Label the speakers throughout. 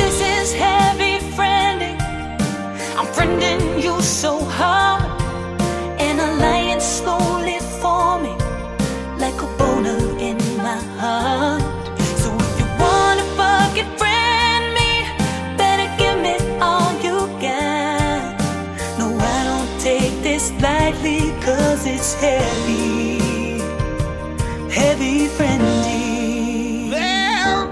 Speaker 1: is heavy friending. I'm friending you so hard. An alliance slowly forming like a boner in my heart. So if you wanna fucking friend me, better give me all you got. No, I don't take this lightly, cause it's heavy. Heavy friendly.
Speaker 2: There,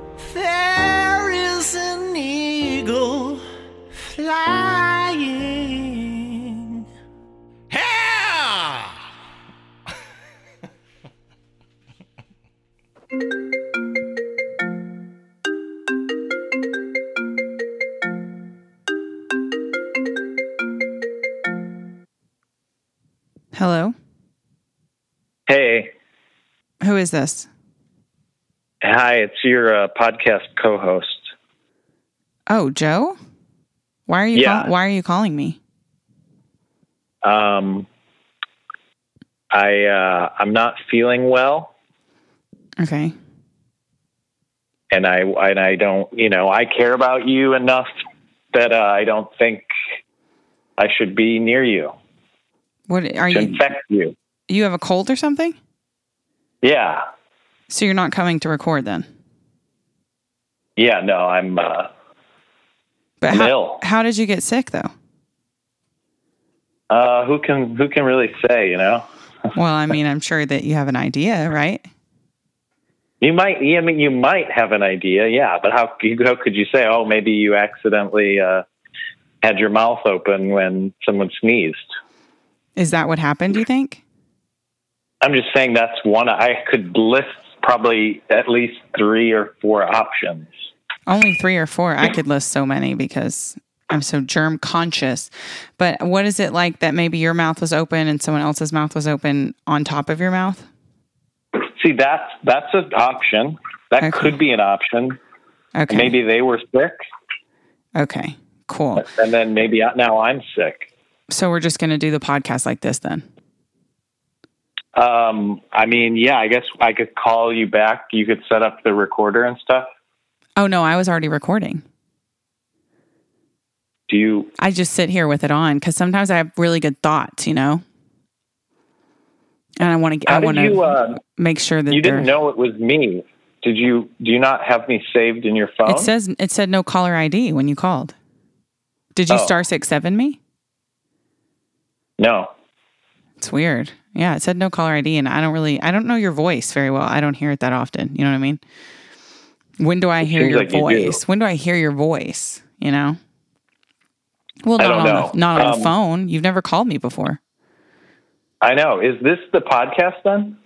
Speaker 2: there is an eagle flying. Yeah!
Speaker 3: Hello.
Speaker 4: Hey,
Speaker 3: Who is this?
Speaker 4: hi, it's your uh, podcast co-host.
Speaker 3: Oh, Joe. Why are you?
Speaker 4: Yeah.
Speaker 3: Call- why are you calling me?
Speaker 4: Um, I uh, I'm not feeling well,
Speaker 3: Okay.
Speaker 4: and I and I don't, you know, I care about you enough that uh, I don't think I should be near you
Speaker 3: What are
Speaker 4: to
Speaker 3: you?
Speaker 4: infect you.
Speaker 3: You have a cold or something?
Speaker 4: Yeah,
Speaker 3: So you're not coming to record then?
Speaker 4: yeah, no, I'm uh,
Speaker 3: But
Speaker 4: I'm
Speaker 3: how,
Speaker 4: ill.
Speaker 3: how did you get sick though?
Speaker 4: uh, who can who can really say, you know?
Speaker 3: Well, I mean, I'm sure that you have an idea, right?
Speaker 4: You might, yeah, I mean, you might have an idea, yeah, but how how could you say, oh, maybe you accidentally uh, had your mouth open when someone sneezed?
Speaker 3: Is that what happened? Do you think?
Speaker 4: I'm just saying that's one. I could list probably at least three or four options.
Speaker 3: Only three or four. I could list so many because I'm so germ conscious. But what is it like that maybe your mouth was open and someone else's mouth was open on top of your mouth?
Speaker 4: See, that's that's an option. That
Speaker 3: Okay.
Speaker 4: could be an option.
Speaker 3: Okay.
Speaker 4: Maybe they were sick,
Speaker 3: Okay. Cool.
Speaker 4: and then maybe I- now I'm sick.
Speaker 3: So we're just going to do the podcast like this then.
Speaker 4: Um, I mean, yeah, I guess I could call you back. You could set up the recorder and stuff.
Speaker 3: Oh no, I was already recording.
Speaker 4: Do you?
Speaker 3: I just sit here with it on because sometimes I have really good thoughts, you know. And I want to.
Speaker 4: How
Speaker 3: I
Speaker 4: did
Speaker 3: want
Speaker 4: you?
Speaker 3: to
Speaker 4: Uh,
Speaker 3: make sure that
Speaker 4: you didn't
Speaker 3: they're-
Speaker 4: know it was me. Did you? Do you not have me saved in your phone?
Speaker 3: It says it said no caller ID when you called. Did you
Speaker 4: Oh.
Speaker 3: star six seven me?
Speaker 4: no.
Speaker 3: It's weird. Yeah, it said no caller ID, and I don't really. I don't know your voice very well. I don't hear it that often. You know what I mean? When do I hear
Speaker 4: seems
Speaker 3: your
Speaker 4: like you do.
Speaker 3: voice? When do I hear your voice? You know. Well,
Speaker 4: I
Speaker 3: not
Speaker 4: don't
Speaker 3: on
Speaker 4: know.
Speaker 3: The, not on
Speaker 4: Um,
Speaker 3: the phone. You've never called me before.
Speaker 4: I know. Is this the podcast then?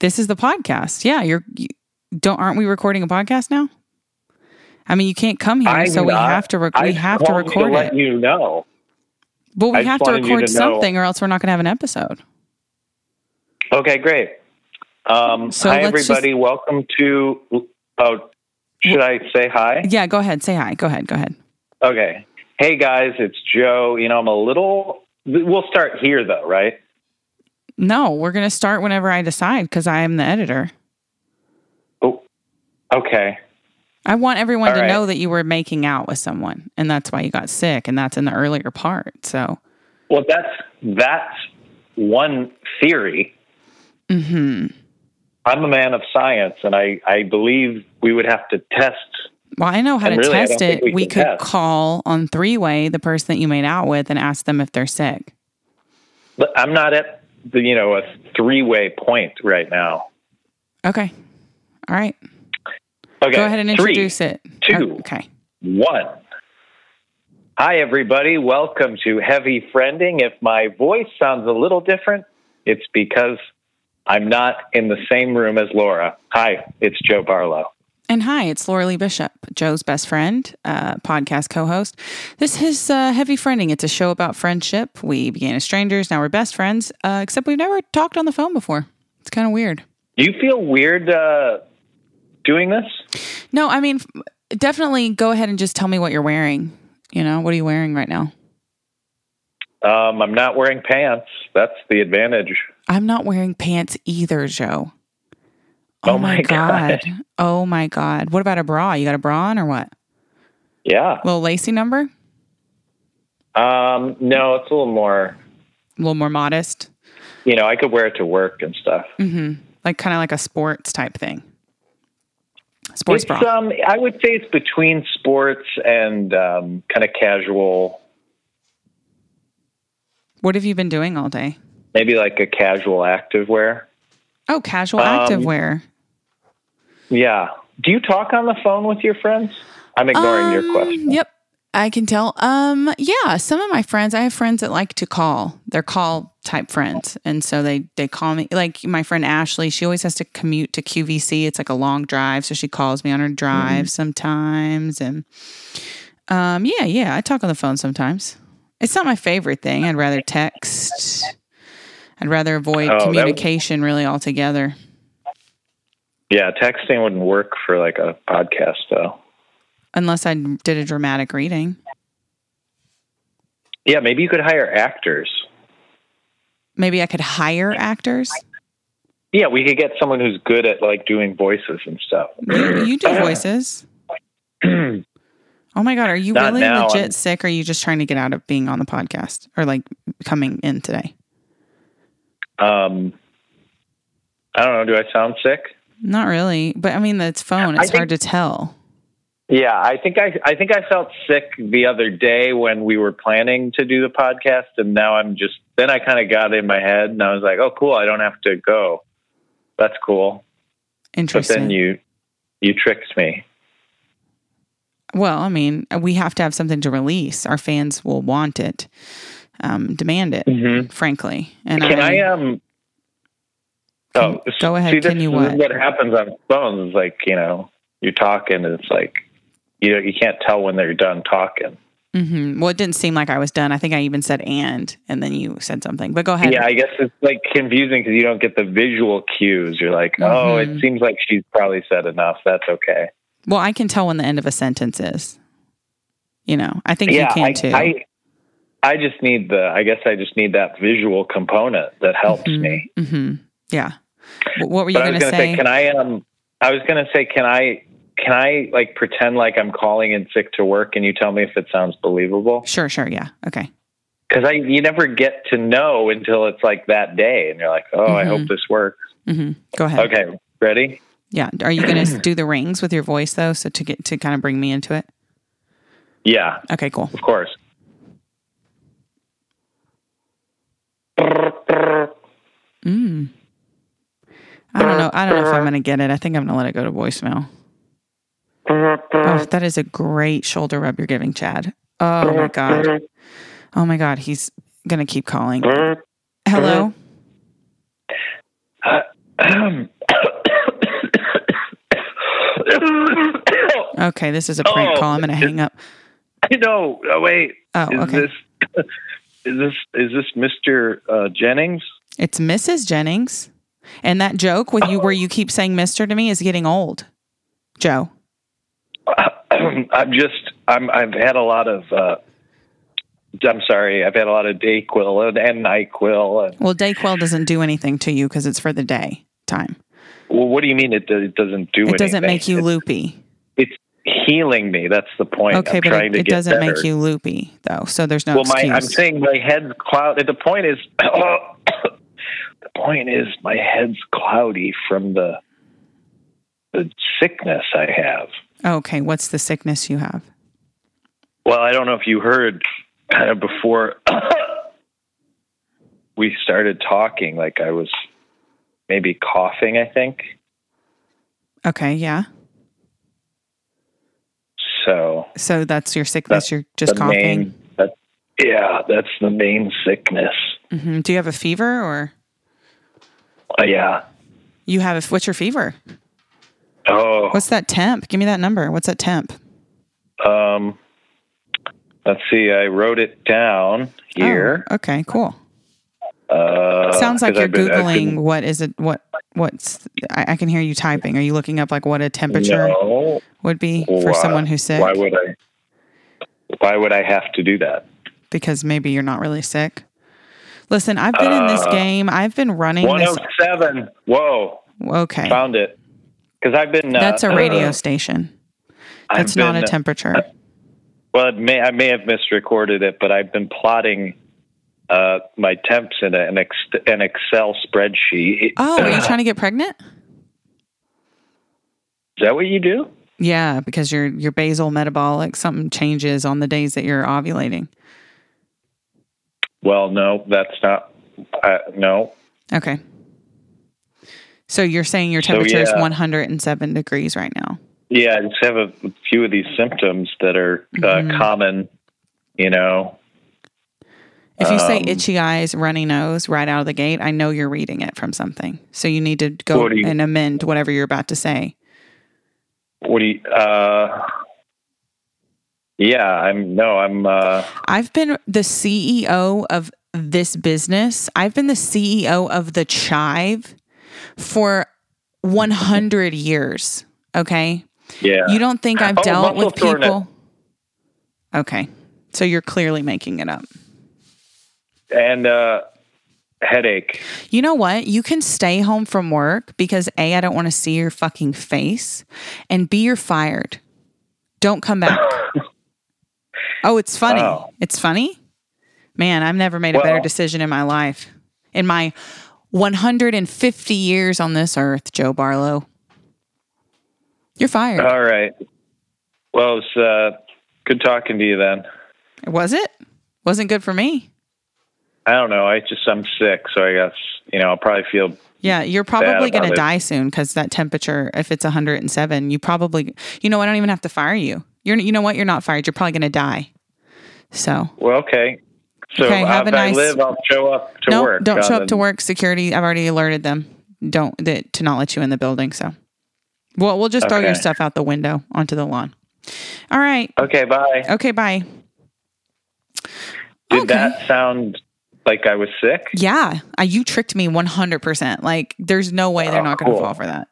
Speaker 3: this is the podcast. Yeah, you're you, don't aren't we recording a podcast now? I mean, you can't come here,
Speaker 4: I'm
Speaker 3: so we
Speaker 4: not-
Speaker 3: have to rec-
Speaker 4: I
Speaker 3: we have to
Speaker 4: called you
Speaker 3: record
Speaker 4: to let
Speaker 3: it.
Speaker 4: you know.
Speaker 3: But we
Speaker 4: I
Speaker 3: have
Speaker 4: just
Speaker 3: to
Speaker 4: wanted you
Speaker 3: record
Speaker 4: to know.
Speaker 3: something, or else we're not going to have an episode.
Speaker 4: Okay, great. Um,
Speaker 3: So
Speaker 4: hi,
Speaker 3: let's just-
Speaker 4: everybody. Welcome to. Oh, should I say hi?
Speaker 3: Yeah, go ahead, say hi. Go ahead, go ahead.
Speaker 4: Okay. Hey, guys, it's Joe. You know, I'm a little. We'll start here, though, right?
Speaker 3: No, we're going to start whenever I decide because I am the editor.
Speaker 4: Oh, okay.
Speaker 3: I want everyone
Speaker 4: All
Speaker 3: to
Speaker 4: right.
Speaker 3: know that you were making out with someone, and that's why you got sick, and that's in the earlier part. So,
Speaker 4: Well, that's that's one theory.
Speaker 3: hmm
Speaker 4: I'm a man of science, and I I believe we would have to test.
Speaker 3: well, I know how
Speaker 4: And
Speaker 3: to
Speaker 4: really, I
Speaker 3: test
Speaker 4: don't
Speaker 3: it.
Speaker 4: think we
Speaker 3: We
Speaker 4: can
Speaker 3: could
Speaker 4: test.
Speaker 3: call on three way the person that you made out with and ask them if they're sick.
Speaker 4: But I'm not at the you know a three way point right now.
Speaker 3: Okay. All right.
Speaker 4: Okay.
Speaker 3: Go ahead and
Speaker 4: three.
Speaker 3: introduce it.
Speaker 4: two,
Speaker 3: Okay.
Speaker 4: one. Hi, everybody. Welcome to Heavy Friending. If my voice sounds a little different, it's because I'm not in the same room as Laura. Hi, it's Joe Barlow.
Speaker 3: And hi, it's Laura Lee Bishop, Joe's best friend, uh, podcast co host. This is uh, Heavy Friending. It's a show about friendship. We began as strangers, now we're best friends, uh, except we've never talked on the phone before. It's kind of weird.
Speaker 4: Do you feel weird uh, doing this?
Speaker 3: No, I mean, f- definitely go ahead and just tell me what you're wearing. You know, what are you wearing right now?
Speaker 4: Um, I'm not wearing pants. That's the advantage.
Speaker 3: I'm not wearing pants either, Joe.
Speaker 4: Oh my God.
Speaker 3: God. Oh my God. What about a bra? You got a bra on or what?
Speaker 4: Yeah.
Speaker 3: Little Lacey number? A
Speaker 4: Um, no, it's a little more,
Speaker 3: little more modest.
Speaker 4: you know, I could wear it to work and stuff.
Speaker 3: Mm-hmm. Like kind of like a sports type thing. Sports
Speaker 4: it's,
Speaker 3: bra.
Speaker 4: Um, I would say it's between sports and um, kind of casual,
Speaker 3: what have you been doing all day?
Speaker 4: maybe like a casual activewear.
Speaker 3: Oh, casual
Speaker 4: Um,
Speaker 3: active wear.
Speaker 4: Yeah. Do you talk on the phone with your friends? I'm ignoring
Speaker 3: Um,
Speaker 4: your question.
Speaker 3: Yep. I can tell. Um, yeah, some of my friends, I have friends that like to call. They're call type friends. And so they they call me like my friend Ashley, she always has to commute to QVC. It's like a long drive, so she calls me on her
Speaker 4: Mm-hmm.
Speaker 3: drive sometimes and um yeah, yeah, I talk on the phone sometimes. It's not my favorite thing. I'd rather text. I'd rather avoid
Speaker 4: Oh, that-
Speaker 3: communication really altogether.
Speaker 4: Yeah, texting wouldn't work for like a podcast though.
Speaker 3: Unless I did a dramatic reading.
Speaker 4: Yeah, maybe you could hire actors.
Speaker 3: Maybe I could hire actors.
Speaker 4: Yeah, we could get someone who's good at like doing voices and stuff.
Speaker 3: You, you do voices. oh my god, are you
Speaker 4: Not
Speaker 3: really
Speaker 4: now,
Speaker 3: legit
Speaker 4: I'm-
Speaker 3: sick? Or are you just trying to get out of being on the podcast or like coming in today?
Speaker 4: Um, I don't know. Do I sound sick?
Speaker 3: Not really, but I mean, that's phone.
Speaker 4: I
Speaker 3: It's hard to tell.
Speaker 4: Yeah, I think I I think I felt sick the other day when we were planning to do the podcast, and now I'm just then I kind of got in my head and I was like, oh, cool, I don't have to go. That's cool. But
Speaker 3: Interesting.
Speaker 4: then you you tricked me.
Speaker 3: well, I mean, we have to have something to release. Our fans will want it, um, demand it,
Speaker 4: Mm-hmm.
Speaker 3: frankly. And
Speaker 4: Can
Speaker 3: I,
Speaker 4: I um? oh,
Speaker 3: Can- go ahead,
Speaker 4: See, this
Speaker 3: can you
Speaker 4: is
Speaker 3: what?
Speaker 4: happens on phones is like you know you're talking and it's like you know you can't tell when they're done talking.
Speaker 3: Mhm. Well, it didn't seem like I was done. I think I even said and, and then you said something. But go ahead.
Speaker 4: Yeah, I guess it's like confusing because you don't get the visual cues. You're like, oh,
Speaker 3: Mm-hmm.
Speaker 4: it seems like she's probably said enough. That's okay.
Speaker 3: Well, I can tell when the end of a sentence is. You know, I think you
Speaker 4: yeah,
Speaker 3: can
Speaker 4: I,
Speaker 3: too.
Speaker 4: I I just need the. I guess I just need that visual component that helps me.
Speaker 3: hmm Yeah. Wh- What were you
Speaker 4: But I
Speaker 3: going
Speaker 4: was
Speaker 3: to
Speaker 4: going to
Speaker 3: say?
Speaker 4: say, can I um? I was going to say, can I? Can I like pretend like I'm calling in sick to work, and you tell me if it sounds believable?
Speaker 3: sure, sure. Yeah. Okay.
Speaker 4: because I you never get to know until it's like that day, and you're like, oh, I hope this works.
Speaker 3: hmm Go ahead.
Speaker 4: Okay, ready?
Speaker 3: Yeah. Are you going to do the rings with your voice though, so to get to kind of bring me into it?
Speaker 4: Yeah,
Speaker 3: Okay. Cool.
Speaker 4: of course.
Speaker 3: Mm. I don't know. I don't know if I'm going to get it. I think I'm going to let it go to voicemail. Oh, that is a great shoulder rub you're giving, Chad. Oh my god. Oh my god. He's going to keep calling. Hello. Okay. This is a prank
Speaker 4: Oh.
Speaker 3: call. I'm going to hang up.
Speaker 4: no, oh, wait.
Speaker 3: Oh,
Speaker 4: is
Speaker 3: okay.
Speaker 4: this is this is this Mr. Uh, Jennings?
Speaker 3: It's Mrs. Jennings. And that joke with you where you keep saying Mr. to me is getting old. Joe.
Speaker 4: I'm just I'm I've had a lot of. Uh, I'm sorry. I've had a lot of Dayquil and, and Nyquil. And,
Speaker 3: Well, Dayquil doesn't do anything to you because it's for the day time.
Speaker 4: well, what do you mean it, do, it doesn't do anything?
Speaker 3: It doesn't make you
Speaker 4: It's-
Speaker 3: loopy.
Speaker 4: it's healing me. That's the point.
Speaker 3: Okay,
Speaker 4: I'm
Speaker 3: but
Speaker 4: trying
Speaker 3: it,
Speaker 4: to
Speaker 3: it
Speaker 4: get
Speaker 3: doesn't make
Speaker 4: better.
Speaker 3: you loopy though. So there's no
Speaker 4: Well, my
Speaker 3: excuse.
Speaker 4: I'm saying my head's cloud. The point is, the point is my head's cloudy from the the sickness I have.
Speaker 3: okay, what's the sickness you have?
Speaker 4: Well, I don't know if you heard kind of before we started talking. Like I was maybe coughing. I think
Speaker 3: Okay, yeah.
Speaker 4: so.
Speaker 3: So that's your sickness.
Speaker 4: That's
Speaker 3: You're just
Speaker 4: the
Speaker 3: coughing.
Speaker 4: main- that- yeah, that's the main sickness.
Speaker 3: hmm Do you have a fever or
Speaker 4: Uh, yeah.
Speaker 3: you have a, f- what's your fever?
Speaker 4: Oh.
Speaker 3: What's that temp? Give me that number. What's that temp?
Speaker 4: Um, let's see. I wrote it down here.
Speaker 3: Oh, okay, cool.
Speaker 4: uh,
Speaker 3: Oh. Sounds like
Speaker 4: 'cause
Speaker 3: you're
Speaker 4: I've been- I've
Speaker 3: googling
Speaker 4: been-
Speaker 3: what is it what what's I, I can hear you typing. Are you looking up like what a temperature
Speaker 4: No.
Speaker 3: would be
Speaker 4: Why-
Speaker 3: for someone who's sick?
Speaker 4: Why would I? Why would I have to do that?
Speaker 3: because maybe you're not really sick. Listen, I've been in this game. I've been running
Speaker 4: Uh, One
Speaker 3: this.
Speaker 4: oh seven. Whoa,
Speaker 3: Okay,
Speaker 4: found it. Because I've been. Uh,
Speaker 3: that's a radio station.
Speaker 4: I've
Speaker 3: That's not
Speaker 4: been- uh,
Speaker 3: a temperature.
Speaker 4: Well, it may, I may have misrecorded it, but I've been plotting uh, my temps in a, an, ex, an Excel spreadsheet.
Speaker 3: Oh, are you trying to get pregnant?
Speaker 4: Is that what you do?
Speaker 3: Yeah, because your your basal metabolic something changes on the days that you're ovulating.
Speaker 4: Well, no, that's not. Uh, no,
Speaker 3: Okay. So you're saying your temperature is
Speaker 4: yeah.
Speaker 3: 107 degrees right now.
Speaker 4: yeah, I just have a few of these symptoms that are uh,
Speaker 3: Mm-hmm.
Speaker 4: common. You know,
Speaker 3: If you say
Speaker 4: Um,
Speaker 3: itchy eyes, runny nose right out of the gate, I know you're reading it from something. So you need to go
Speaker 4: What do you-
Speaker 3: and amend whatever you're about to say.
Speaker 4: what do you? Uh, yeah, I'm. No, I'm. Uh,
Speaker 3: I've been the CEO of this business. I've been the CEO of the Chive for 100 years. Okay.
Speaker 4: yeah.
Speaker 3: You don't think I've
Speaker 4: Oh,
Speaker 3: dealt with
Speaker 4: muscle soreness.
Speaker 3: people? Okay. So you're clearly making it up.
Speaker 4: and uh, headache.
Speaker 3: You know what? You can stay home from work because A, I don't want to see your fucking face, and B, you're fired. Don't come back. oh, it's funny.
Speaker 4: Wow.
Speaker 3: It's funny? Man, I've never made a
Speaker 4: Well-
Speaker 3: better decision in my life. In my 150 years on this earth, Joe Barlow. You're fired.
Speaker 4: All right. Well, it's uh, good talking to you then.
Speaker 3: Was it? Wasn't good for me.
Speaker 4: I don't know. I just I'm sick, so I guess you know I'll probably feel.
Speaker 3: Yeah, you're probably
Speaker 4: about
Speaker 3: going to
Speaker 4: it.
Speaker 3: die soon because that temperature, if it's 107, you probably, you know, I don't even have to fire you. You're, you know what? You're not fired. You're probably going to die. So,
Speaker 4: Well, okay. So
Speaker 3: Okay, have
Speaker 4: if
Speaker 3: a
Speaker 4: I
Speaker 3: nice-
Speaker 4: live, I'll show up to
Speaker 3: no,
Speaker 4: work.
Speaker 3: don't show
Speaker 4: on
Speaker 3: up to
Speaker 4: the-
Speaker 3: work. Security, I've already alerted them. Don't that, to not let you in the building. So, well, we'll just throw your
Speaker 4: Okay.
Speaker 3: stuff out the window onto the lawn. All right.
Speaker 4: Okay, bye.
Speaker 3: Okay. Bye.
Speaker 4: Did
Speaker 3: okay.
Speaker 4: that sound like I was sick?
Speaker 3: Yeah, I, you tricked me 100%. Like, there's no way they're
Speaker 4: Oh,
Speaker 3: not going to
Speaker 4: cool.
Speaker 3: fall for that.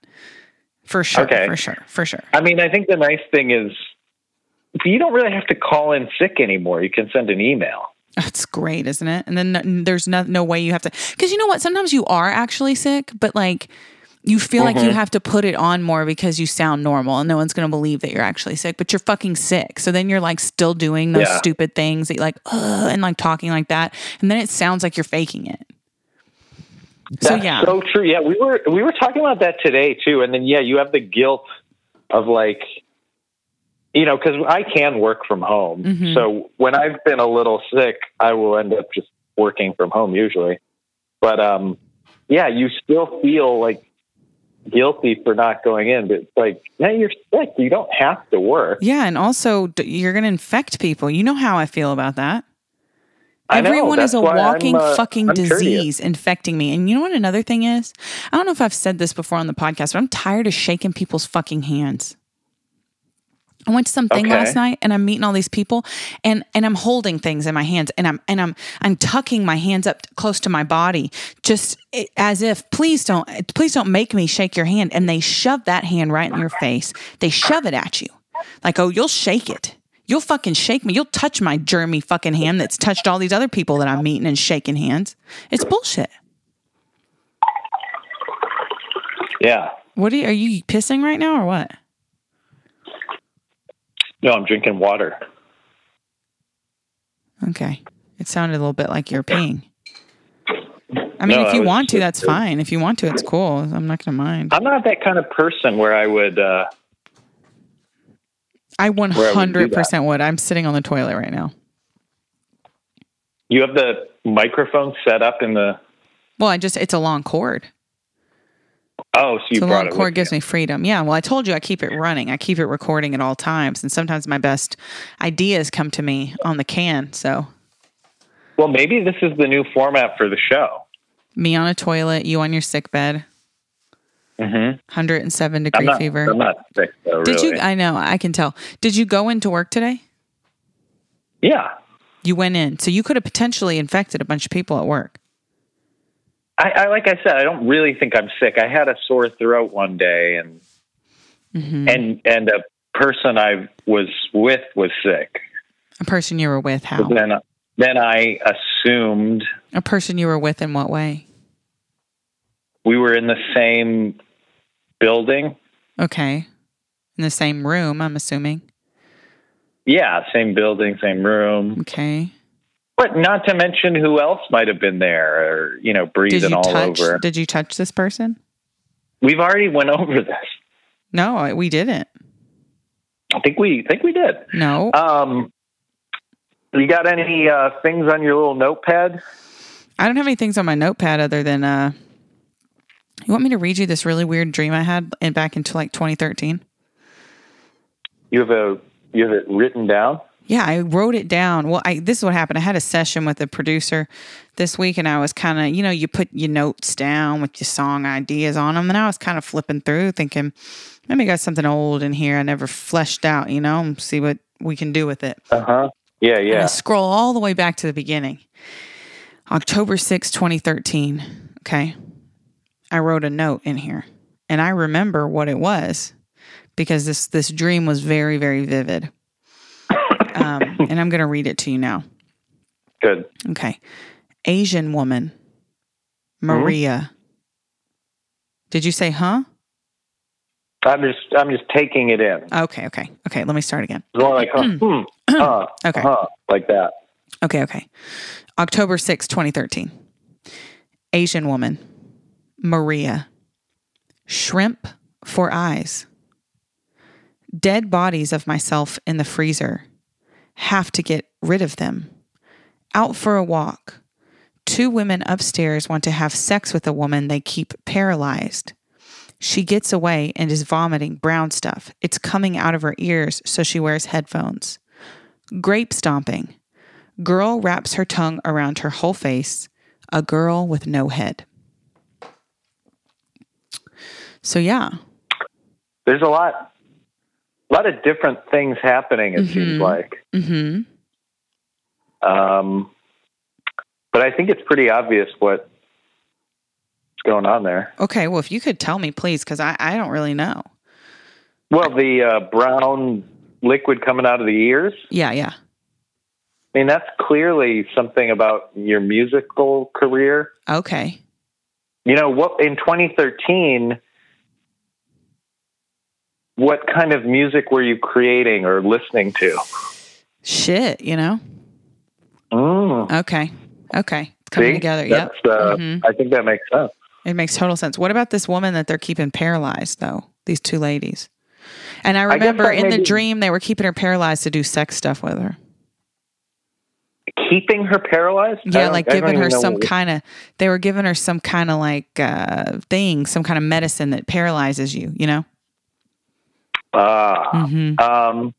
Speaker 3: For sure.
Speaker 4: Okay.
Speaker 3: For sure. For sure.
Speaker 4: I mean, I think the nice thing is you don't really have to call in sick anymore. You can send an email.
Speaker 3: That's great, isn't it? And then n- there's no, no way you have to, because you know what? Sometimes you are actually sick, but like you feel
Speaker 4: Mm-hmm.
Speaker 3: like you have to put it on more because you sound normal and no one's going to believe that you're actually sick, but you're fucking sick. So then you're like still doing those
Speaker 4: Yeah.
Speaker 3: stupid things that you're like, Ugh, and like talking like that. And then it sounds like you're faking it. so
Speaker 4: That's
Speaker 3: yeah.
Speaker 4: so true. Yeah, we were we were talking about that today too, and then yeah, you have the guilt of like, you know, because I can work from home.
Speaker 3: Mhm.
Speaker 4: So when I've been a little sick, I will end up just working from home usually. But um, yeah, you still feel like guilty for not going in, but it's like, now you're sick. You don't have to work.
Speaker 3: yeah. And also, d- you're going to infect people. You know how I feel about that.
Speaker 4: I know,
Speaker 3: Everyone is
Speaker 4: that's
Speaker 3: a
Speaker 4: why I'm,
Speaker 3: walking
Speaker 4: uh,
Speaker 3: fucking
Speaker 4: I'm curious.
Speaker 3: disease infecting me. And you know what another thing is? I don't know if I've said this before on the podcast, but I'm tired of shaking people's fucking hands. I went to something
Speaker 4: Okay.
Speaker 3: last night and I'm meeting all these people and and I'm holding things in my hands and I'm and I'm I'm tucking my hands up close to my body just i- as if please don't please don't make me shake your hand and they shove that hand right in your face. They shove it at you. Like, "Oh, you'll shake it. You'll fucking shake me. You'll touch my germy fucking hand that's touched all these other people that I'm meeting and shaking hands." It's bullshit.
Speaker 4: Yeah.
Speaker 3: What are you, are you pissing right now or what?
Speaker 4: No, I'm drinking water.
Speaker 3: Okay. It sounded a little bit like you're peeing. I mean,
Speaker 4: No,
Speaker 3: if
Speaker 4: I
Speaker 3: you
Speaker 4: was
Speaker 3: want to, that's
Speaker 4: just-
Speaker 3: fine. If you want to, it's cool. I'm not going to mind.
Speaker 4: I'm not that kind of person where I would. Uh,
Speaker 3: I
Speaker 4: do that.
Speaker 3: 100% would. I'm sitting on the toilet right now.
Speaker 4: you have the microphone set up in the
Speaker 3: Well, I just, it's a long cord.
Speaker 4: Oh, so you
Speaker 3: the
Speaker 4: brought
Speaker 3: long
Speaker 4: it.
Speaker 3: cord
Speaker 4: With
Speaker 3: gives me freedom. Yeah. Well, I told you I keep it running. I keep it recording at all times. And sometimes my best ideas come to me on the can. So
Speaker 4: you. Well, maybe this is the new format for the show.
Speaker 3: me on a toilet, you on your sick bed,
Speaker 4: Mm-hmm.
Speaker 3: 107
Speaker 4: I'm
Speaker 3: degree
Speaker 4: not.
Speaker 3: fever.
Speaker 4: I'm not sick though.
Speaker 3: Did
Speaker 4: really.
Speaker 3: you? I know. I can tell. Did you go into work today?
Speaker 4: yeah.
Speaker 3: You went in. So you could have potentially infected a bunch of people at work.
Speaker 4: I, I like I said, I don't really think I'm sick. I had a sore throat one day, and
Speaker 3: Mm-hmm.
Speaker 4: and and a person I was with was sick.
Speaker 3: A person you were with, how?
Speaker 4: Then then I assumed
Speaker 3: A person you were with in what way?
Speaker 4: we were in the same building.
Speaker 3: Okay. In the same room, I'm assuming.
Speaker 4: Yeah, same building, same room.
Speaker 3: Okay.
Speaker 4: But not to mention who else might have been there, or you know, breathing
Speaker 3: Did you
Speaker 4: all
Speaker 3: touch?
Speaker 4: over.
Speaker 3: Did you touch this person?
Speaker 4: We've already went over this.
Speaker 3: No, I- we didn't.
Speaker 4: I think we think we did.
Speaker 3: No.
Speaker 4: Um, you got any uh, things on your little notepad?
Speaker 3: I don't have any things on my notepad other than uh you want me to read you this really weird dream I had in back into like 2013?
Speaker 4: You have a you have it written down.
Speaker 3: Yeah, I wrote it down. Well, I this is what happened. I had a session with a producer this week and I was kind of, you know, you put your notes down with your song ideas on them and I was kind of flipping through thinking maybe I got something old in here I never fleshed out, you know, and see what we can do with it.
Speaker 4: Uh huh. Yeah,
Speaker 3: And I
Speaker 4: yeah.
Speaker 3: scroll all the way back to the beginning. October sixth, 2013. Okay. I wrote a note in here and I remember what it was because this this dream was very very vivid. Um, and I'm going to read it to you now.
Speaker 4: Good.
Speaker 3: Okay. Asian woman. Maria. Did you say huh?
Speaker 4: I'm just I'm just taking it in.
Speaker 3: Okay, okay. Okay, let me start again.
Speaker 4: It's more like huh, hmm, huh,
Speaker 3: Mm. Okay.
Speaker 4: huh, like that.
Speaker 3: Okay, okay. October sixth, 2013. Asian woman, Maria. Shrimp for eyes. Dead bodies of myself in the freezer. Have to get rid of them. Out for a walk. Two women upstairs want to have sex with a woman they keep paralyzed. She gets away and is vomiting brown stuff. It's coming out of her ears, so she wears headphones. Grape stomping. Girl wraps her tongue around her whole face. A girl with no head. So yeah,
Speaker 4: There's a lot, a lot of different things happening. It seems like.
Speaker 3: mm-hmm.
Speaker 4: Um, but I think it's pretty obvious what's going on there.
Speaker 3: Okay, well, if you could tell me, please, because I, I don't really know.
Speaker 4: Well, the uh, brown liquid coming out of the ears.
Speaker 3: Yeah, yeah.
Speaker 4: I mean, that's clearly something about your musical career.
Speaker 3: Okay.
Speaker 4: You know, what in 2013, what kind of music were you creating or listening to?
Speaker 3: Shit, you know.
Speaker 4: Mm,
Speaker 3: Okay. Okay. It's coming
Speaker 4: see?
Speaker 3: together. Yep.
Speaker 4: That's, uh,
Speaker 3: Mhm.
Speaker 4: I think that makes sense.
Speaker 3: It makes total sense. What about this woman that they're keeping paralyzed though? These two ladies. And I
Speaker 4: guess
Speaker 3: remember
Speaker 4: that
Speaker 3: in the
Speaker 4: maybe-
Speaker 3: dream they were keeping her paralyzed to do sex stuff with her.
Speaker 4: Keeping her paralyzed? I
Speaker 3: Yeah,
Speaker 4: don't-
Speaker 3: like
Speaker 4: I don't
Speaker 3: giving
Speaker 4: even
Speaker 3: her
Speaker 4: know
Speaker 3: some
Speaker 4: what-
Speaker 3: kind of they were giving her some kind of like uh thing, some kind of medicine that paralyzes you, you know?
Speaker 4: Ah,
Speaker 3: Mhm.
Speaker 4: um,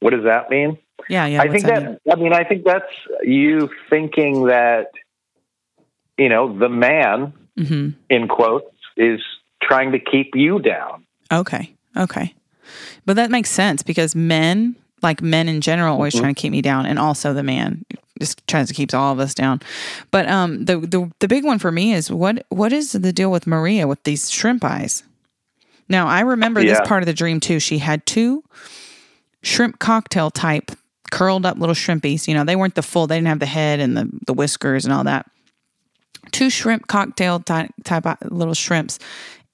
Speaker 4: what does that mean?
Speaker 3: Yeah, yeah.
Speaker 4: I
Speaker 3: what's
Speaker 4: think
Speaker 3: that
Speaker 4: that,
Speaker 3: mean?
Speaker 4: I mean, I think that's you thinking that, you know, the man,
Speaker 3: Mhm.
Speaker 4: in quotes, is trying to keep you down.
Speaker 3: Okay. Okay. But that makes sense because men, like men in general, always trying to keep me down, and also the man just tries to keep all of us down. But um, the the the big one for me is what what is the deal with Maria with these shrimp eyes? Now I remember this
Speaker 4: Yeah.
Speaker 3: part of the dream too. She had two shrimp cocktail type curled up little shrimpies. You know, they weren't the full. They didn't have the head and the the whiskers and all that. Two shrimp cocktail ty- type o- little shrimps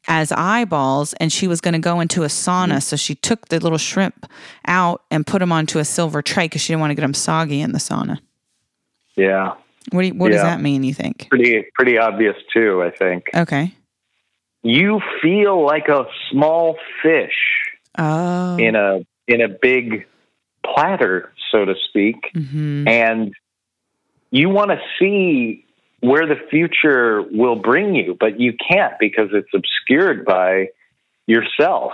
Speaker 3: as eyeballs and she was going to go into a sauna so she took the little shrimp out and put them onto a silver tray because she didn't want to get them soggy in the sauna
Speaker 4: Yeah.
Speaker 3: what, do you, what does
Speaker 4: Yeah.
Speaker 3: that mean you think
Speaker 4: Pretty, pretty obvious too, I think.
Speaker 3: okay
Speaker 4: You feel like a small fish
Speaker 3: oh
Speaker 4: in a, in a big platter, so to speak.
Speaker 3: hmm
Speaker 4: and you want to see where the future will bring you, but you can't because it's obscured by yourself.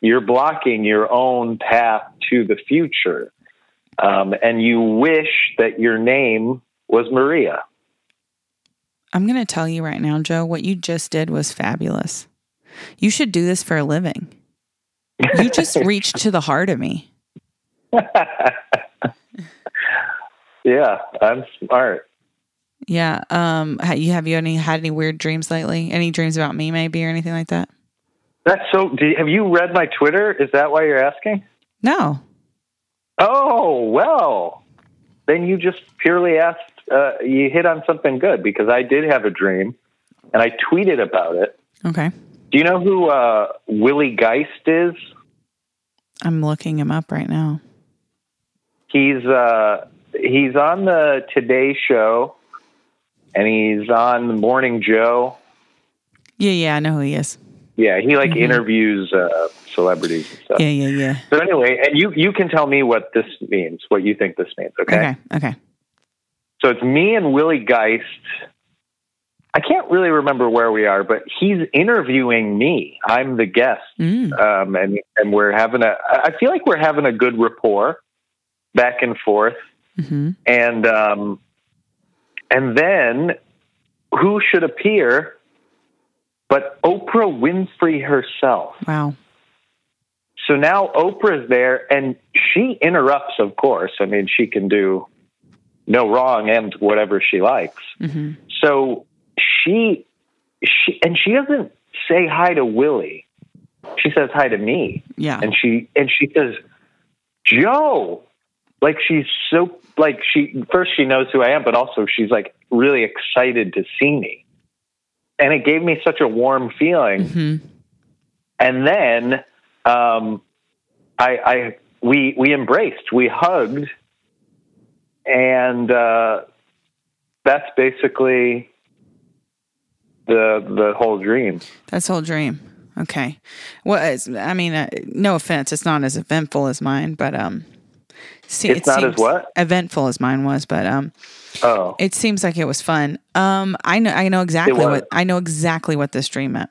Speaker 4: You're blocking your own path to the future. Um, and you wish that your name was Maria.
Speaker 3: i'm going to tell you right now joe what you just did was fabulous you should do this for a living you just reached to the heart of me
Speaker 4: Yeah, I'm smart.
Speaker 3: yeah um ha- you have you any had any weird dreams lately any dreams about me maybe or anything like that
Speaker 4: That's so. Do, have you read my Twitter? Is that why you're asking?
Speaker 3: no
Speaker 4: Oh, well, then you just purely asked, uh, you hit on something good because I did have a dream and I tweeted about it.
Speaker 3: okay
Speaker 4: Do you know who uh, Willie Geist is?
Speaker 3: i'm looking him up right now
Speaker 4: he's uh, he's on the Today Show, and he's on the Morning Joe.
Speaker 3: Yeah, yeah, I know who he is.
Speaker 4: Yeah, he like interviews uh, celebrities and stuff.
Speaker 3: Yeah, yeah, yeah.
Speaker 4: So anyway, and you you can tell me what this means, what you think this means. Okay.
Speaker 3: Okay, okay.
Speaker 4: So it's me and Willie Geist. I can't really remember where we are, but he's interviewing me. I'm the guest,
Speaker 3: Mm.
Speaker 4: um, and and we're having a. I feel like we're having a good rapport, back and forth,
Speaker 3: hmm
Speaker 4: and um, and then who should appear? But Oprah Winfrey herself.
Speaker 3: Wow.
Speaker 4: So now Oprah's there and she interrupts, of course. I mean, she can do no wrong and whatever she likes.
Speaker 3: hmm
Speaker 4: So she, she, and she doesn't say hi to Willie. She says hi to me.
Speaker 3: Yeah.
Speaker 4: And she, and she says, Joe. Like she's so, like she, first she knows who I am, but also she's like really excited to see me. And it gave me such a warm feeling
Speaker 3: hmm
Speaker 4: and then um, I, I we we embraced, we hugged, and uh, that's basically the the whole dream.
Speaker 3: That's whole dream. Okay. Well, it's, I mean, uh, no offense, it's not as eventful as mine, but um, see,
Speaker 4: It's
Speaker 3: it
Speaker 4: not as
Speaker 3: seems
Speaker 4: what?
Speaker 3: eventful as mine was, but um,
Speaker 4: Oh,
Speaker 3: it seems like it was fun. Um, I know, I know exactly
Speaker 4: was.
Speaker 3: what I know exactly what this dream meant.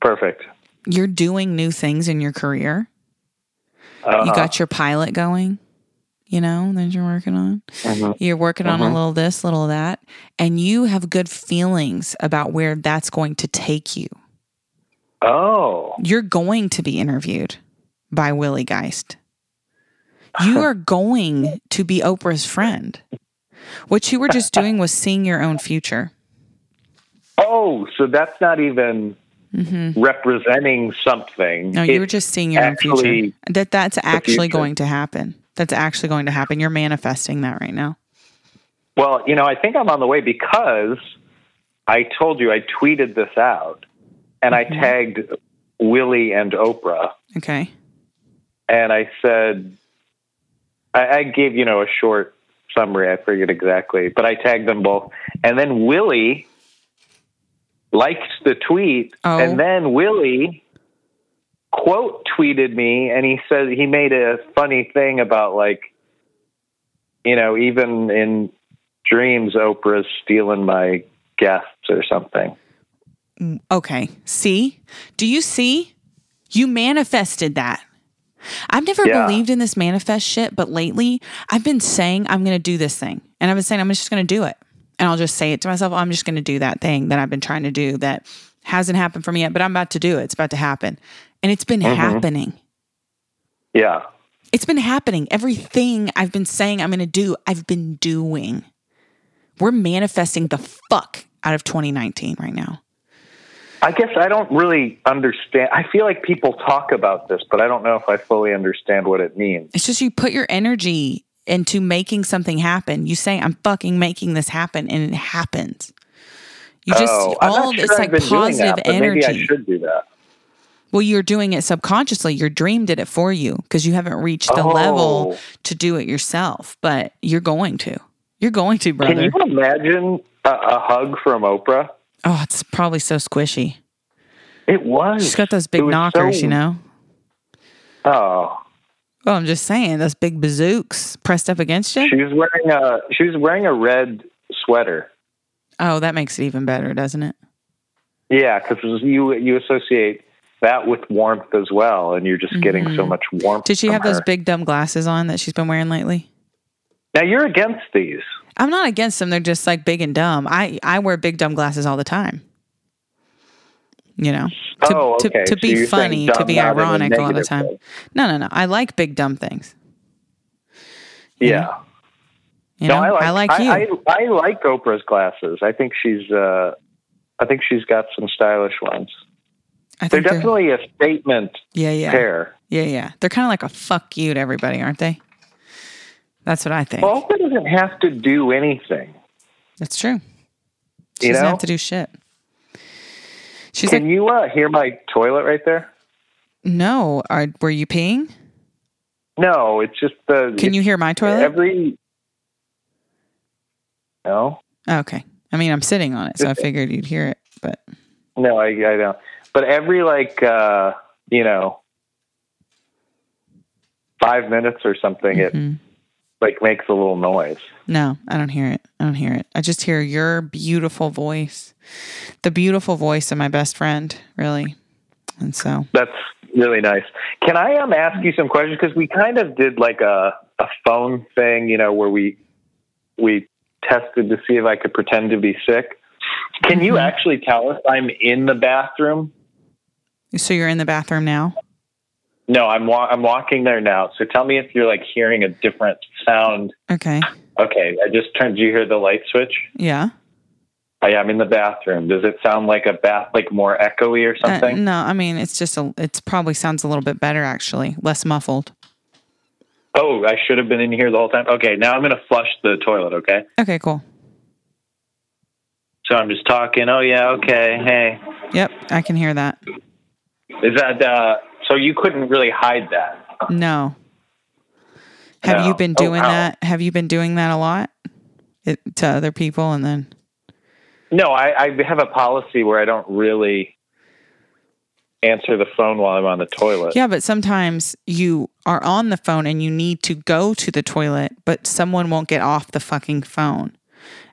Speaker 4: perfect.
Speaker 3: You're doing new things in your career.
Speaker 4: Uh,
Speaker 3: You got your pilot going, you know, that you're working on.
Speaker 4: Mm-hmm.
Speaker 3: You're working on a little this, little that, and you have good feelings about where that's going to take you.
Speaker 4: oh,
Speaker 3: you're going to be interviewed by Willie Geist. You are going to be Oprah's friend. What you were just doing was seeing your own future.
Speaker 4: oh, so that's not even
Speaker 3: hmm
Speaker 4: representing something.
Speaker 3: No, you were
Speaker 4: It's
Speaker 3: just seeing your own future.
Speaker 4: actually
Speaker 3: That that's actually
Speaker 4: future.
Speaker 3: going to happen. That's actually going to happen. You're manifesting that right now.
Speaker 4: Well, you know, I think I'm on the way because I told you I tweeted this out and
Speaker 3: Mm-hmm.
Speaker 4: I tagged Willie and Oprah
Speaker 3: Okay.
Speaker 4: and I said, I, I gave, you know, a short summary. I forget exactly, but I tagged them both. And then Willie liked the tweet
Speaker 3: Oh.
Speaker 4: and then Willie quote tweeted me and he said he made a funny thing about like you know, even in dreams, Oprah's stealing my guests or something.
Speaker 3: Okay. See? Do you see? You manifested that. I've never
Speaker 4: Yeah.
Speaker 3: believed in this manifest shit, but lately I've been saying I'm going to do this thing. And I've been saying I'm just going to do it. And I'll just say it to myself, "Oh, I'm just going to do that thing that I've been trying to do that hasn't happened for me yet, but I'm about to do it. It's about to happen. And it's been happening.
Speaker 4: Yeah.
Speaker 3: It's been happening. Everything I've been saying I'm going to do, I've been doing. We're manifesting the fuck out of 2019 right now.
Speaker 4: I guess I don't really understand. I feel like people talk about this, but I don't know if I fully understand what it means.
Speaker 3: It's just you put your energy into making something happen. You say, I'm fucking making this happen, and it happens. You just
Speaker 4: oh, I'm
Speaker 3: all
Speaker 4: not sure
Speaker 3: it's
Speaker 4: I've
Speaker 3: like
Speaker 4: been doing
Speaker 3: positive
Speaker 4: that, but Maybe I
Speaker 3: energy.
Speaker 4: should do that.
Speaker 3: Well, you're doing it subconsciously. Your dream did it for you because you haven't reached the level
Speaker 4: Oh.
Speaker 3: to do it yourself, but you're going to. You're going to,
Speaker 4: Can
Speaker 3: brother.
Speaker 4: you imagine a, a hug from Oprah?
Speaker 3: Oh, it's probably so squishy.
Speaker 4: It was.
Speaker 3: She's got those
Speaker 4: It
Speaker 3: big
Speaker 4: was
Speaker 3: knockers,
Speaker 4: so-
Speaker 3: you know?
Speaker 4: Oh,
Speaker 3: Well, I'm just saying, those big bazooks pressed up against you.
Speaker 4: she was wearing a she was wearing a red sweater.
Speaker 3: Oh, that makes it even better, doesn't it?
Speaker 4: Yeah, because you you associate that with warmth as well, and you're just getting so much warmth.
Speaker 3: Mm-hmm. Did she
Speaker 4: from
Speaker 3: have those
Speaker 4: her.
Speaker 3: big dumb glasses on that she's been wearing lately?
Speaker 4: Now you're against these.
Speaker 3: I'm not against them. They're just like big and dumb. I I wear big dumb glasses all the time. You know, to
Speaker 4: Oh,
Speaker 3: to,
Speaker 4: okay.
Speaker 3: to
Speaker 4: So
Speaker 3: be
Speaker 4: you're saying
Speaker 3: funny, to
Speaker 4: dumb,
Speaker 3: be
Speaker 4: not in a
Speaker 3: ironic all the
Speaker 4: negative
Speaker 3: time.
Speaker 4: way.
Speaker 3: No, no, no. I like big dumb things.
Speaker 4: Yeah.
Speaker 3: You
Speaker 4: No,
Speaker 3: know,
Speaker 4: I like,
Speaker 3: you.
Speaker 4: I, I, I like Oprah's glasses. I think she's uh, I think she's got some stylish ones.
Speaker 3: I
Speaker 4: They're
Speaker 3: think they're-
Speaker 4: definitely a statement
Speaker 3: yeah, yeah,
Speaker 4: pair.
Speaker 3: yeah, yeah. They're kind of like a fuck you to everybody, aren't they? That's what I think.
Speaker 4: Well, Oprah doesn't have to do anything.
Speaker 3: That's true. She
Speaker 4: You
Speaker 3: doesn't
Speaker 4: know?
Speaker 3: have to do shit. She's
Speaker 4: Can
Speaker 3: like,
Speaker 4: you uh, hear my toilet right there?
Speaker 3: no. Are were you peeing?
Speaker 4: No, it's just the.
Speaker 3: Can you hear my toilet?
Speaker 4: Every. No,
Speaker 3: okay. I mean, I'm sitting on it, so I figured you'd hear it. But
Speaker 4: no, I, I don't. But every like uh, you know, five minutes or something, it
Speaker 3: Mhm.
Speaker 4: like makes a little noise.
Speaker 3: no, I don't hear it. I don't hear it. I just hear your beautiful voice, the beautiful voice of my best friend, really. And so,
Speaker 4: That's really nice. Can I um ask you some questions because we kind of did like a a phone thing, you know, where we we tested to see if I could pretend to be sick. Can you
Speaker 3: Mhm.
Speaker 4: actually tell us I'm in the bathroom?
Speaker 3: so you're in the bathroom now.
Speaker 4: No, I'm wa- I'm walking there now. So tell me if you're like hearing a different sound.
Speaker 3: Okay.
Speaker 4: Okay, I just turned. Do you hear the light switch?
Speaker 3: Yeah.
Speaker 4: I am in the bathroom. Does it sound like a bath, like more echoey or
Speaker 3: Uh,
Speaker 4: something?
Speaker 3: no, I mean it's just a. It's probably sounds a little bit better actually, less muffled.
Speaker 4: Oh, I should have been in here the whole time. Okay, now I'm going to flush the toilet. Okay.
Speaker 3: Okay. Cool.
Speaker 4: So I'm just talking. Oh yeah, okay. Hey,
Speaker 3: Yep. I can hear that.
Speaker 4: is that uh, so? You couldn't really hide that.
Speaker 3: No. Have
Speaker 4: No.
Speaker 3: you been
Speaker 4: Oh,
Speaker 3: doing
Speaker 4: wow.
Speaker 3: that? Have you been doing that a lot it, to other people? And then,
Speaker 4: No, I, I have a policy where I don't really answer the phone while I'm on the toilet.
Speaker 3: yeah, but sometimes you are on the phone and you need to go to the toilet, but someone won't get off the fucking phone.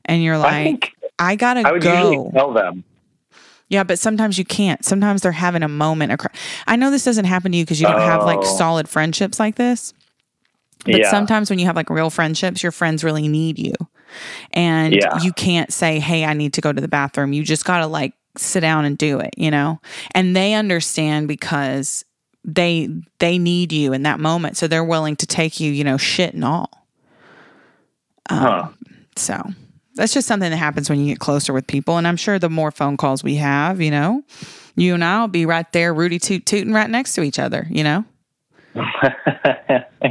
Speaker 3: And you're
Speaker 4: I
Speaker 3: like,
Speaker 4: think
Speaker 3: I, gotta
Speaker 4: I would usually
Speaker 3: go.
Speaker 4: tell them.
Speaker 3: Yeah, but sometimes you can't. Sometimes they're having a moment. Across. I know this doesn't happen to you because you don't have like
Speaker 4: Oh.
Speaker 3: solid friendships like this. But
Speaker 4: Yeah.
Speaker 3: sometimes when you have like real friendships, your friends really need you. And
Speaker 4: Yeah.
Speaker 3: you can't say, hey, I need to go to the bathroom. You just got to like sit down and do it, you know? And they understand because they they need you in that moment so they're willing to take you you know shit and all
Speaker 4: Huh.
Speaker 3: so that's just something that happens when you get closer with people and i'm sure the more phone calls we have you know you and i'll be right there rooty toot tooting right next to each other you know uh-huh.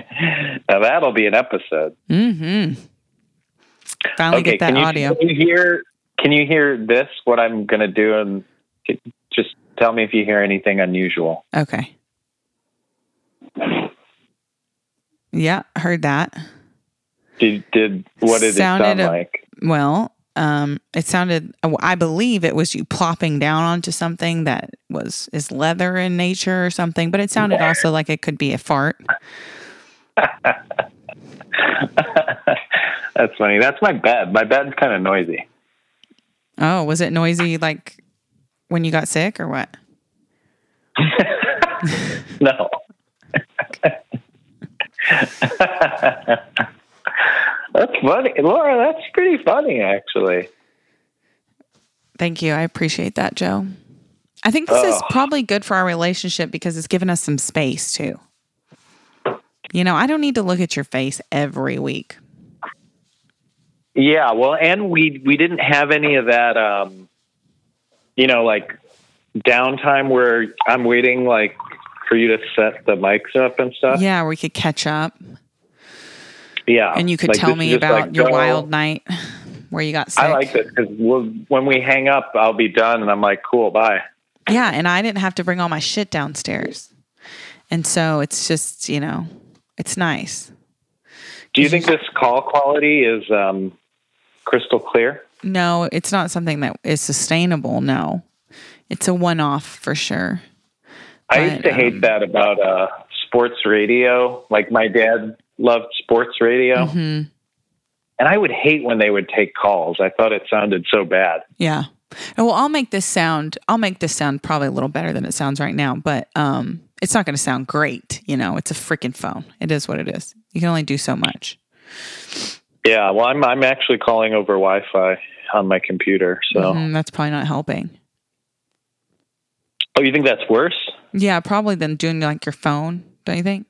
Speaker 4: now that'll be an episode.
Speaker 3: mm-hmm finally
Speaker 4: okay,
Speaker 3: get that
Speaker 4: can you,
Speaker 3: audio
Speaker 4: Can you hear? Can you hear this? What I'm going to do, and just tell me if you hear anything unusual.
Speaker 3: okay yeah heard that
Speaker 4: Did did what did
Speaker 3: Sounded
Speaker 4: it sound
Speaker 3: a-
Speaker 4: like?
Speaker 3: Well, um, it sounded. I believe it was you plopping down onto something that was is leather in nature or something. But it sounded also like it could be a fart.
Speaker 4: That's funny. That's my bed. My bed's kind of noisy.
Speaker 3: Oh, was it noisy like when you got sick or what?
Speaker 4: No. that's funny, Laura. That's pretty funny, actually.
Speaker 3: Thank you. I appreciate that, Joe. I think this is
Speaker 4: Ugh.
Speaker 3: probably good for our relationship because it's given us some space too. You know, I don't need to look at your face every week.
Speaker 4: Yeah, well, and we we didn't have any of that, um, you know, like downtime where I'm waiting like for you to set the mics up and stuff.
Speaker 3: Yeah, we could catch up
Speaker 4: Yeah,
Speaker 3: and you could
Speaker 4: Like,
Speaker 3: tell
Speaker 4: this
Speaker 3: me
Speaker 4: is just,
Speaker 3: about
Speaker 4: like,
Speaker 3: your
Speaker 4: go.
Speaker 3: wild night where you got sick.
Speaker 4: I like this because we'll, when we hang up, I'll be done, and I'm like, cool, bye.
Speaker 3: Yeah, and I didn't have to bring all my shit downstairs. And so it's just, you know, it's nice.
Speaker 4: Do you think this call quality is um, crystal clear?
Speaker 3: No, it's not something that is sustainable. No, it's a one off for sure.
Speaker 4: I used
Speaker 3: But,
Speaker 4: to hate
Speaker 3: um,
Speaker 4: that about uh, sports radio. Like my dad loved sports radio,
Speaker 3: Mhm.
Speaker 4: and I would hate when they would take calls. I thought it sounded so bad.
Speaker 3: Yeah. Oh, well, I'll make this sound, I'll make this sound probably a little better than it sounds right now, but um, it's not going to sound great. You know, it's a freaking phone. It is what it is. You can only do so much.
Speaker 4: Yeah, well, I'm I'm actually calling over Wi-Fi on my computer. So,
Speaker 3: Mhm, that's probably not helping.
Speaker 4: oh, you think that's worse?
Speaker 3: Yeah, probably than doing like your phone, don't you think?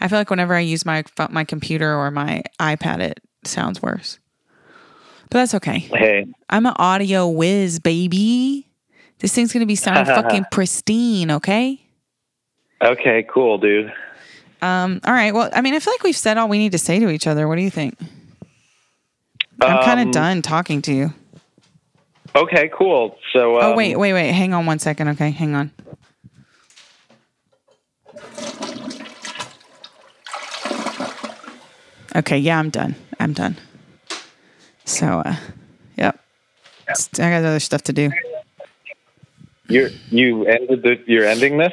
Speaker 3: I feel like whenever I use my pho- my computer or my iPad, it sounds worse. But that's okay.
Speaker 4: Hey,
Speaker 3: I'm an audio whiz, baby. This thing's gonna be sounding fucking pristine, okay?
Speaker 4: okay, cool, dude.
Speaker 3: Um, all right. Well, I mean, I feel like we've said all we need to say to each other. What do you think? I'm kind of
Speaker 4: Um,
Speaker 3: done talking to you.
Speaker 4: Okay, cool. So, um,
Speaker 3: oh wait, wait, wait. Hang on one second. Okay, hang on. Okay, yeah, I'm done. I'm done. So, uh, yep. I got other stuff to do.
Speaker 4: You you ended the you're ending this.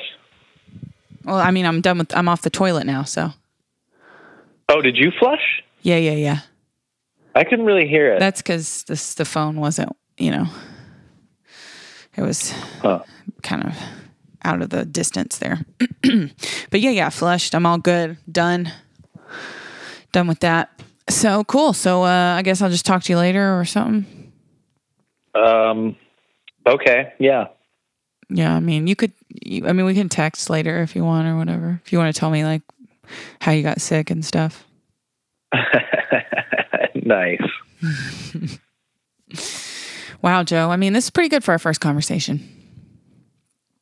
Speaker 3: Well, I mean, I'm done with. I'm off the toilet now. So,
Speaker 4: Oh, did you flush?
Speaker 3: yeah, yeah, yeah.
Speaker 4: I couldn't really hear it.
Speaker 3: That's because this the phone wasn't. You know, it was
Speaker 4: Huh.
Speaker 3: kind of out of the distance there. but yeah, yeah, flushed. I'm all good. Done. Done with that. So cool. So uh, I guess I'll just talk to you later or something.
Speaker 4: Um, okay, yeah.
Speaker 3: Yeah, I mean, you could. You, I mean, we can text later if you want or whatever. If you want to tell me like how you got sick and stuff.
Speaker 4: nice.
Speaker 3: Wow, Joe. I mean, this is pretty good for our first conversation.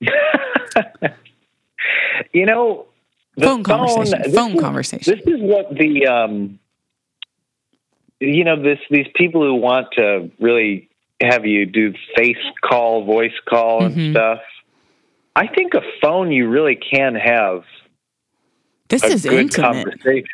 Speaker 4: You know, the
Speaker 3: Phone conversation.
Speaker 4: this
Speaker 3: Phone
Speaker 4: is-
Speaker 3: conversation.
Speaker 4: This is what the um, you know, this these people who want to really have you do face call, voice call,
Speaker 3: Mhm.
Speaker 4: and stuff. I think a phone you really can have
Speaker 3: This
Speaker 4: a
Speaker 3: is
Speaker 4: good
Speaker 3: intimate.
Speaker 4: conversation.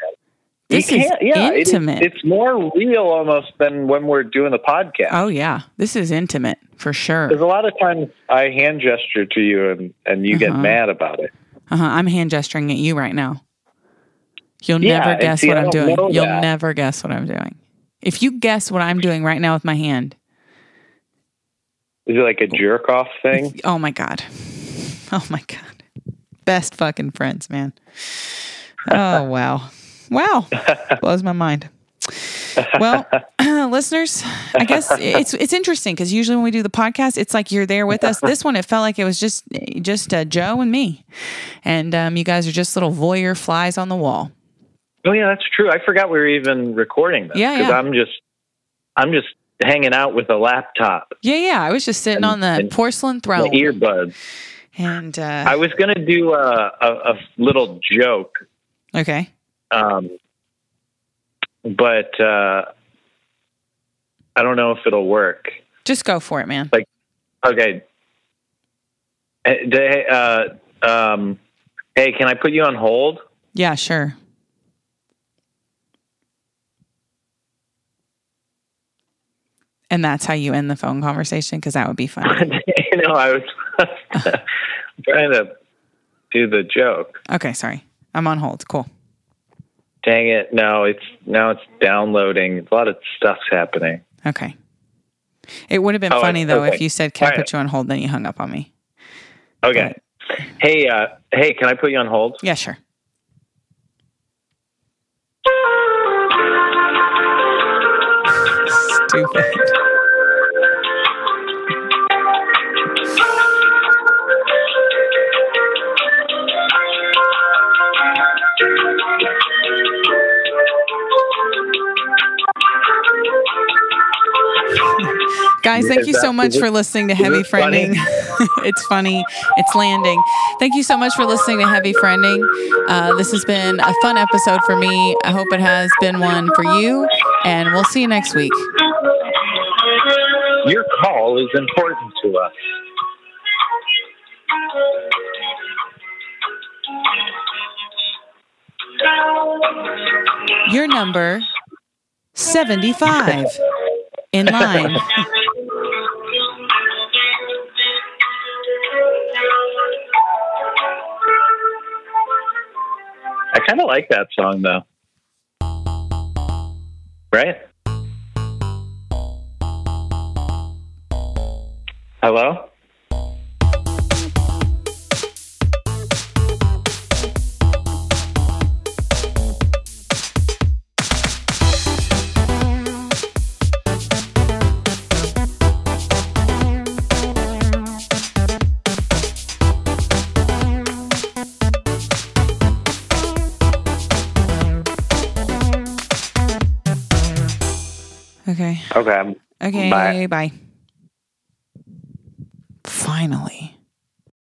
Speaker 3: This
Speaker 4: you
Speaker 3: is
Speaker 4: can't, yeah, it is-
Speaker 3: intimate.
Speaker 4: it's more real almost than when we're doing the podcast.
Speaker 3: Oh yeah, this is intimate for sure.
Speaker 4: Because a lot of times I hand gesture to you and, and you get
Speaker 3: Uh-huh.
Speaker 4: mad about it.
Speaker 3: Uh-huh. I'm hand gesturing at you right now. You'll
Speaker 4: Yeah,
Speaker 3: never
Speaker 4: and
Speaker 3: guess
Speaker 4: see,
Speaker 3: what
Speaker 4: I
Speaker 3: I'm
Speaker 4: don't
Speaker 3: doing.
Speaker 4: know
Speaker 3: You'll
Speaker 4: that.
Speaker 3: never guess what I'm doing. If you guess what I'm doing right now with my hand,
Speaker 4: Is it like a jerk off thing?
Speaker 3: oh my god, oh my god, best fucking friends, man. Oh wow, wow, blows my mind. Well, listeners, I guess it's it's interesting because usually when we do the podcast, it's like you're there with us. This one, it felt like it was just just uh, Joe and me, and um, you guys are just little voyeur flies on the wall.
Speaker 4: Oh yeah, that's true. I forgot we were even recording this.
Speaker 3: Yeah,
Speaker 4: 'cause
Speaker 3: yeah.
Speaker 4: I'm just I'm just hanging out with a laptop,
Speaker 3: Yeah, yeah. I was just sitting
Speaker 4: And-
Speaker 3: on the
Speaker 4: and
Speaker 3: porcelain
Speaker 4: the
Speaker 3: throne,
Speaker 4: earbuds.
Speaker 3: and uh,
Speaker 4: I was gonna do a, a, a little joke,
Speaker 3: okay,
Speaker 4: um, but uh, I don't know if it'll work.
Speaker 3: just go for it, man.
Speaker 4: Okay. Uh, d- uh, um, hey, can I put you on hold?
Speaker 3: Yeah, sure. And that's how you end the phone conversation because that would be funny.
Speaker 4: you know, I was trying to do the joke.
Speaker 3: okay, sorry. I'm on hold. Cool.
Speaker 4: Dang it! No, it's now it's downloading. A lot of stuff's happening.
Speaker 3: Okay. It would have been
Speaker 4: Oh,
Speaker 3: funny
Speaker 4: it's-
Speaker 3: though if
Speaker 4: okay.
Speaker 3: you said, "Can I
Speaker 4: All right.
Speaker 3: put you on hold?" Then you hung up on me.
Speaker 4: Okay. Hey, uh, hey, can I put you on hold?
Speaker 3: Yeah, sure. Stupid. Guys, thank
Speaker 4: Is
Speaker 3: you
Speaker 4: that-
Speaker 3: so
Speaker 4: is
Speaker 3: much
Speaker 4: it-
Speaker 3: for listening to
Speaker 4: is
Speaker 3: Heavy
Speaker 4: it funny?
Speaker 3: Friending. it's funny. It's landing. Thank you so much for listening to Heavy Friending. Uh, this has been a fun episode for me. I hope it has been one for you. And we'll see you next week.
Speaker 4: Your call is important to us.
Speaker 3: Your number 75 in line.
Speaker 4: I kind of like that song though. Right? Hello?
Speaker 3: Okay.
Speaker 4: Okay. I'm
Speaker 3: Okay. Bye.
Speaker 4: Bye.
Speaker 3: Finally.